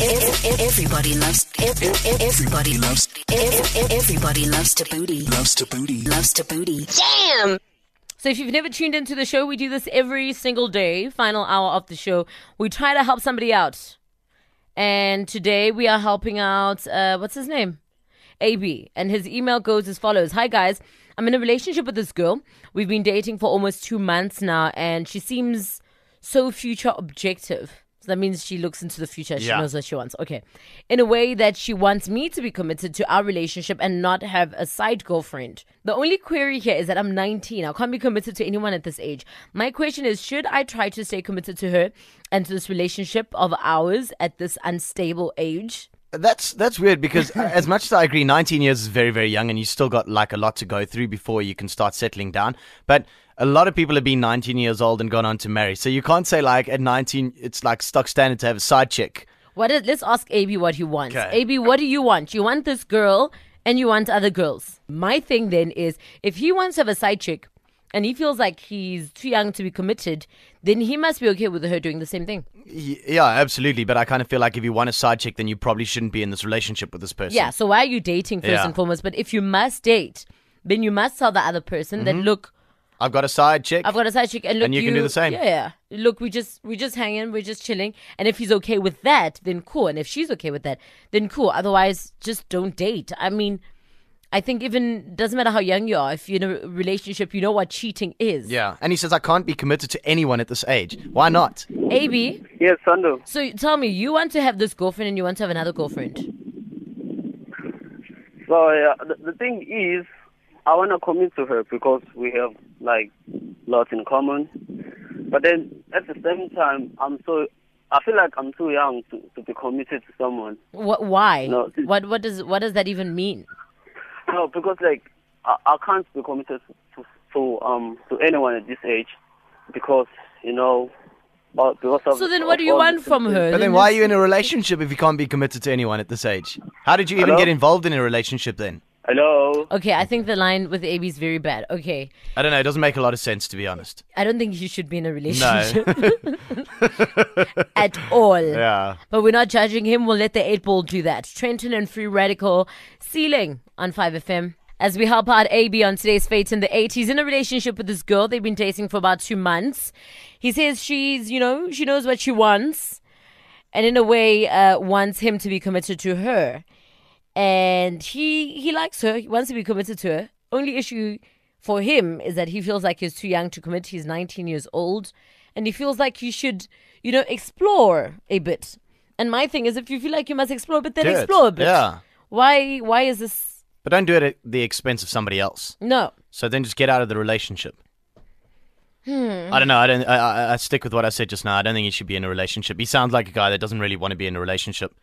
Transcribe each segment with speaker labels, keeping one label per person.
Speaker 1: Everybody loves. Everybody loves. Everybody loves to booty.
Speaker 2: Loves to booty.
Speaker 1: Loves to booty.
Speaker 3: Damn!
Speaker 4: So if you've never tuned into the show, we do this every single day, final hour of the show. We try to help somebody out. And today we are helping out, uh, what's his name? AB. And his email goes as follows Hi, guys. I'm in a relationship with this girl. We've been dating for almost two months now, and she seems so future objective. So that means she looks into the future. She
Speaker 5: Yeah.
Speaker 4: knows what she wants. Okay. In a way that she wants me to be committed to our relationship and not have a side girlfriend. The only query here is that I'm 19. I can't be committed to anyone at this age. My question is should I try to stay committed to her and to this relationship of ours at this unstable age?
Speaker 5: That's that's weird because as much as I agree, 19 years is very very young, and you still got like a lot to go through before you can start settling down. But a lot of people have been 19 years old and gone on to marry, so you can't say like at 19 it's like stock standard to have a side chick.
Speaker 4: What is, let's ask AB what he wants.
Speaker 5: Okay.
Speaker 4: AB, what do you want? You want this girl and you want other girls. My thing then is if he wants to have a side chick and he feels like he's too young to be committed, then he must be okay with her doing the same thing.
Speaker 5: Y- Yeah, absolutely. But I kind of feel like if you want a side chick, then you probably shouldn't be in this relationship with this person.
Speaker 4: Yeah, so why are you dating first
Speaker 5: Yeah.
Speaker 4: and foremost? But if you must date, then you must tell the other person that
Speaker 5: Mm-hmm.
Speaker 4: look,
Speaker 5: I've got a side chick.
Speaker 4: I've got a side chick, and look,
Speaker 5: And you can do the same.
Speaker 4: Yeah, yeah. Look, we just we just hanging, we're just chilling, and if he's okay with that, then cool, and if she's okay with that, then cool. Otherwise, just don't date. I mean, I think even doesn't matter how young you are, if you're in a relationship, you know what cheating is.
Speaker 5: yeah, and he says I can't be committed to anyone at this age. Why not?
Speaker 4: AB,
Speaker 6: Yes, Sando.
Speaker 4: so you- tell me, you want to have this girlfriend and you want to have another girlfriend?
Speaker 6: So yeah, the, the thing is, I want to commit to her because we have like lots in common. But then at the same time, I'm so I feel like I'm too young to, to be committed to someone.
Speaker 4: What? Why?
Speaker 6: No.
Speaker 4: What? What does? What does that even mean?
Speaker 6: No, because like I, I can't be committed to, to um to anyone at this age because you know. uh, Because of,
Speaker 4: So then,
Speaker 6: of
Speaker 4: what do you
Speaker 6: all
Speaker 4: want
Speaker 6: these
Speaker 4: from
Speaker 6: things.
Speaker 4: her?
Speaker 5: But then why are you in a relationship if you can't be committed to anyone at this age? How did you even
Speaker 6: Hello?
Speaker 5: get involved in a relationship then?
Speaker 6: Hello.
Speaker 4: Okay, I think the line with AB is very bad. Okay,
Speaker 5: I don't know. It doesn't make a lot of sense, to be honest.
Speaker 4: I don't think you should be in a
Speaker 5: No.
Speaker 4: relationship at all.
Speaker 5: yeah.
Speaker 4: But we're not judging him. We'll let the eight ball do that. Trenton and Free Radical ceiling on 5FM. As we help out AB on today's Fate in the 8, he's in a relationship with this girl. They've been dating for about two months. He says she's, you know, she knows what she wants and in a way uh, wants him to be committed to her. And he he likes her. He wants to be committed to her. Only issue for him is that he feels like he's too young to commit. He's 19 years old and he feels like he should, you know, explore a bit. And my thing is if you feel like you must explore a bit, then
Speaker 5: Do it.
Speaker 4: explore a bit.
Speaker 5: Yeah.
Speaker 4: Why why is this
Speaker 5: But don't do it at the expense of somebody else.
Speaker 4: no.
Speaker 5: So then just get out of the relationship.
Speaker 4: Hmm.
Speaker 5: I don't know. I don't. I, I, I stick with what I said just now. I don't think he should be in a relationship. He sounds like a guy that doesn't really want to be in a relationship.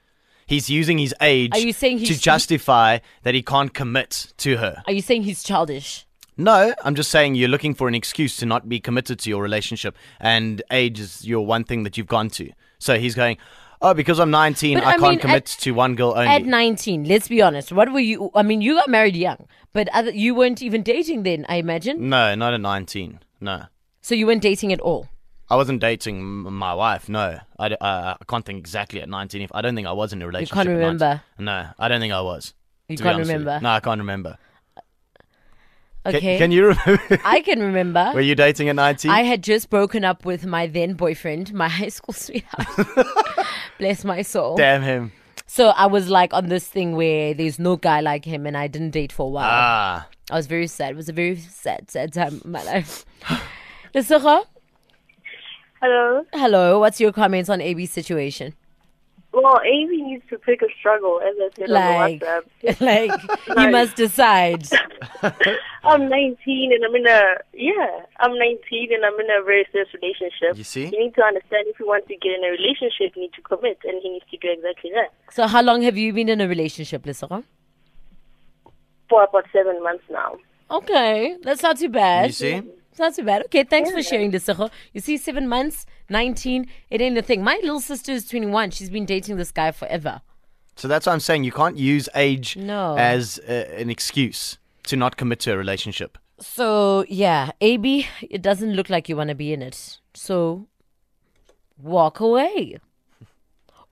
Speaker 5: He's using his age
Speaker 4: Are you saying
Speaker 5: to
Speaker 4: he's-
Speaker 5: justify that he can't commit to her.
Speaker 4: Are you saying he's childish?
Speaker 5: No, I'm just saying you're looking for an excuse to not be committed to your relationship, and age is your one thing that you've gone to. So he's going, oh, because I'm 19,
Speaker 4: But
Speaker 5: I,
Speaker 4: I
Speaker 5: can't
Speaker 4: mean,
Speaker 5: commit
Speaker 4: at-
Speaker 5: to one girl only.
Speaker 4: At 19, let's be honest. What were you I mean, you got married young, but other, you weren't even dating then, I imagine.
Speaker 5: no, not at 19. No,
Speaker 4: So you weren't dating at all.
Speaker 5: I wasn't dating m- my wife. No, I, d- uh, I can't think exactly at 19. If I don't think I was in a relationship. at 19.
Speaker 4: remember?
Speaker 5: No, I don't think I was.
Speaker 4: You
Speaker 5: to be
Speaker 4: can't
Speaker 5: honest with you.
Speaker 4: remember.
Speaker 5: No, I can't remember. Ca-
Speaker 4: Okay.
Speaker 5: Can, you remember?
Speaker 4: I can remember.
Speaker 5: Were you dating at 19?
Speaker 4: I had just broken up with my then boyfriend, my high school sweetheart. Bless my soul.
Speaker 5: Damn him.
Speaker 4: So I was like on this thing where there's no guy like him, and I didn't date for a while.
Speaker 5: Ah.
Speaker 4: I was very sad. It was a very sad, sad time in my life. Lesira,
Speaker 7: Hello.
Speaker 4: hello. What's your comments on AB's situation?
Speaker 7: Well, Amy needs to pick a struggle, as I said
Speaker 4: Like,
Speaker 7: on the WhatsApp.
Speaker 4: like you must decide.
Speaker 7: I'm 19 and I'm in a yeah. I'm 19 and I'm in a very serious relationship.
Speaker 5: You see?
Speaker 7: you need to understand if you want to get in a relationship, you need to commit, and he needs to do exactly that
Speaker 4: So, how long have you been in a relationship, Lesira?
Speaker 7: for about seven months now.
Speaker 4: Okay, that's not too bad.
Speaker 5: You see?
Speaker 4: It's not too bad. Okay, thanks for sharing this. Sego. You see, seven months, 19, it ain't a thing. My little sister is 21. She's been dating this guy forever.
Speaker 5: So that's what I'm saying. You can't use age
Speaker 4: No.
Speaker 5: as uh, an excuse to not commit to a relationship.
Speaker 4: So, yeah, AB, it doesn't look like you want to be in it. So, walk away.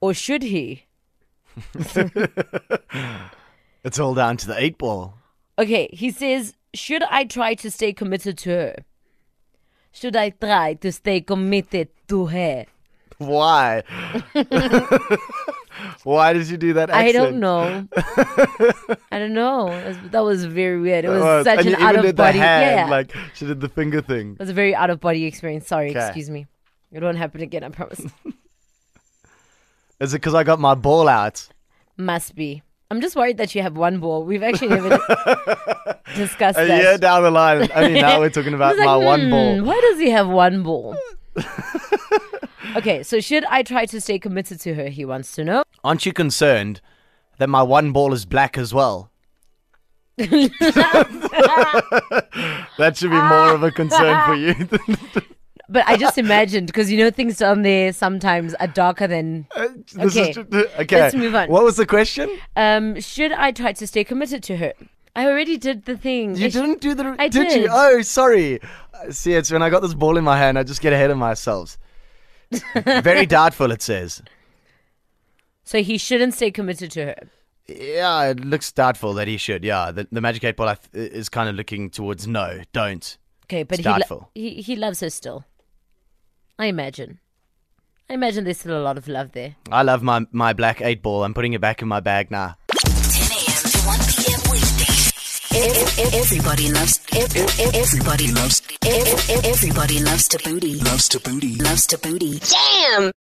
Speaker 4: Or should he?
Speaker 5: It's all down to the eight ball.
Speaker 4: Okay, he says, should I try to stay committed to her? Should I try to stay committed to her?
Speaker 5: Why? Why did you do that? Accent?
Speaker 4: I don't know. I don't know. That's- That was very weird. It was
Speaker 5: Oh,
Speaker 4: such
Speaker 5: and
Speaker 4: an
Speaker 5: you even
Speaker 4: out of
Speaker 5: did the
Speaker 4: body.
Speaker 5: hand,
Speaker 4: yeah,
Speaker 5: like she did the finger thing.
Speaker 4: it was a very out of body experience. Sorry,
Speaker 5: Okay.
Speaker 4: excuse me. It won't happen again. I promise.
Speaker 5: Is it because I got my ball out?
Speaker 4: Must be. I'm just worried that you have one ball. We've actually never discussed
Speaker 5: A
Speaker 4: that.
Speaker 5: year down the line, I mean, now we're talking
Speaker 4: I
Speaker 5: about
Speaker 4: was like,
Speaker 5: my one
Speaker 4: "Hmm,
Speaker 5: ball.
Speaker 4: Why does he have one ball? okay, so should I try to stay committed to her? He wants to know.
Speaker 5: Aren't you concerned that my one ball is black as well? that should be more of a concern for you. than-
Speaker 4: But I just imagined because you know things on there sometimes are darker than.
Speaker 5: This
Speaker 4: Okay.
Speaker 5: is ju- okay.
Speaker 4: Let's move on.
Speaker 5: What was the question?
Speaker 4: Um, should I try to stay committed to her? I already did the thing.
Speaker 5: You
Speaker 4: I sh-
Speaker 5: didn't do the.
Speaker 4: I
Speaker 5: did, you?
Speaker 4: did.
Speaker 5: Oh, sorry. Uh, See, it's when I got this ball in my hand, I just get ahead of myself. Very doubtful, it says.
Speaker 4: so he shouldn't stay committed to her.
Speaker 5: Yeah, it looks doubtful that he should. Yeah, the, the Magic 8 ball I th- is kind of looking towards no, don't.
Speaker 4: Okay, but
Speaker 5: It's
Speaker 4: he, lo-
Speaker 5: doubtful.
Speaker 4: he he loves her still. I imagine. I imagine there's still a lot of love there.
Speaker 5: I love my, my black 8 ball. I'm putting it back in my bag now.
Speaker 1: 10 a.m. to 1 p.m. weekdays. Ev- ev- Everybody loves. ev- ev- Everybody loves. ev- ev- Everybody loves to booty. Loves to booty. Loves to booty.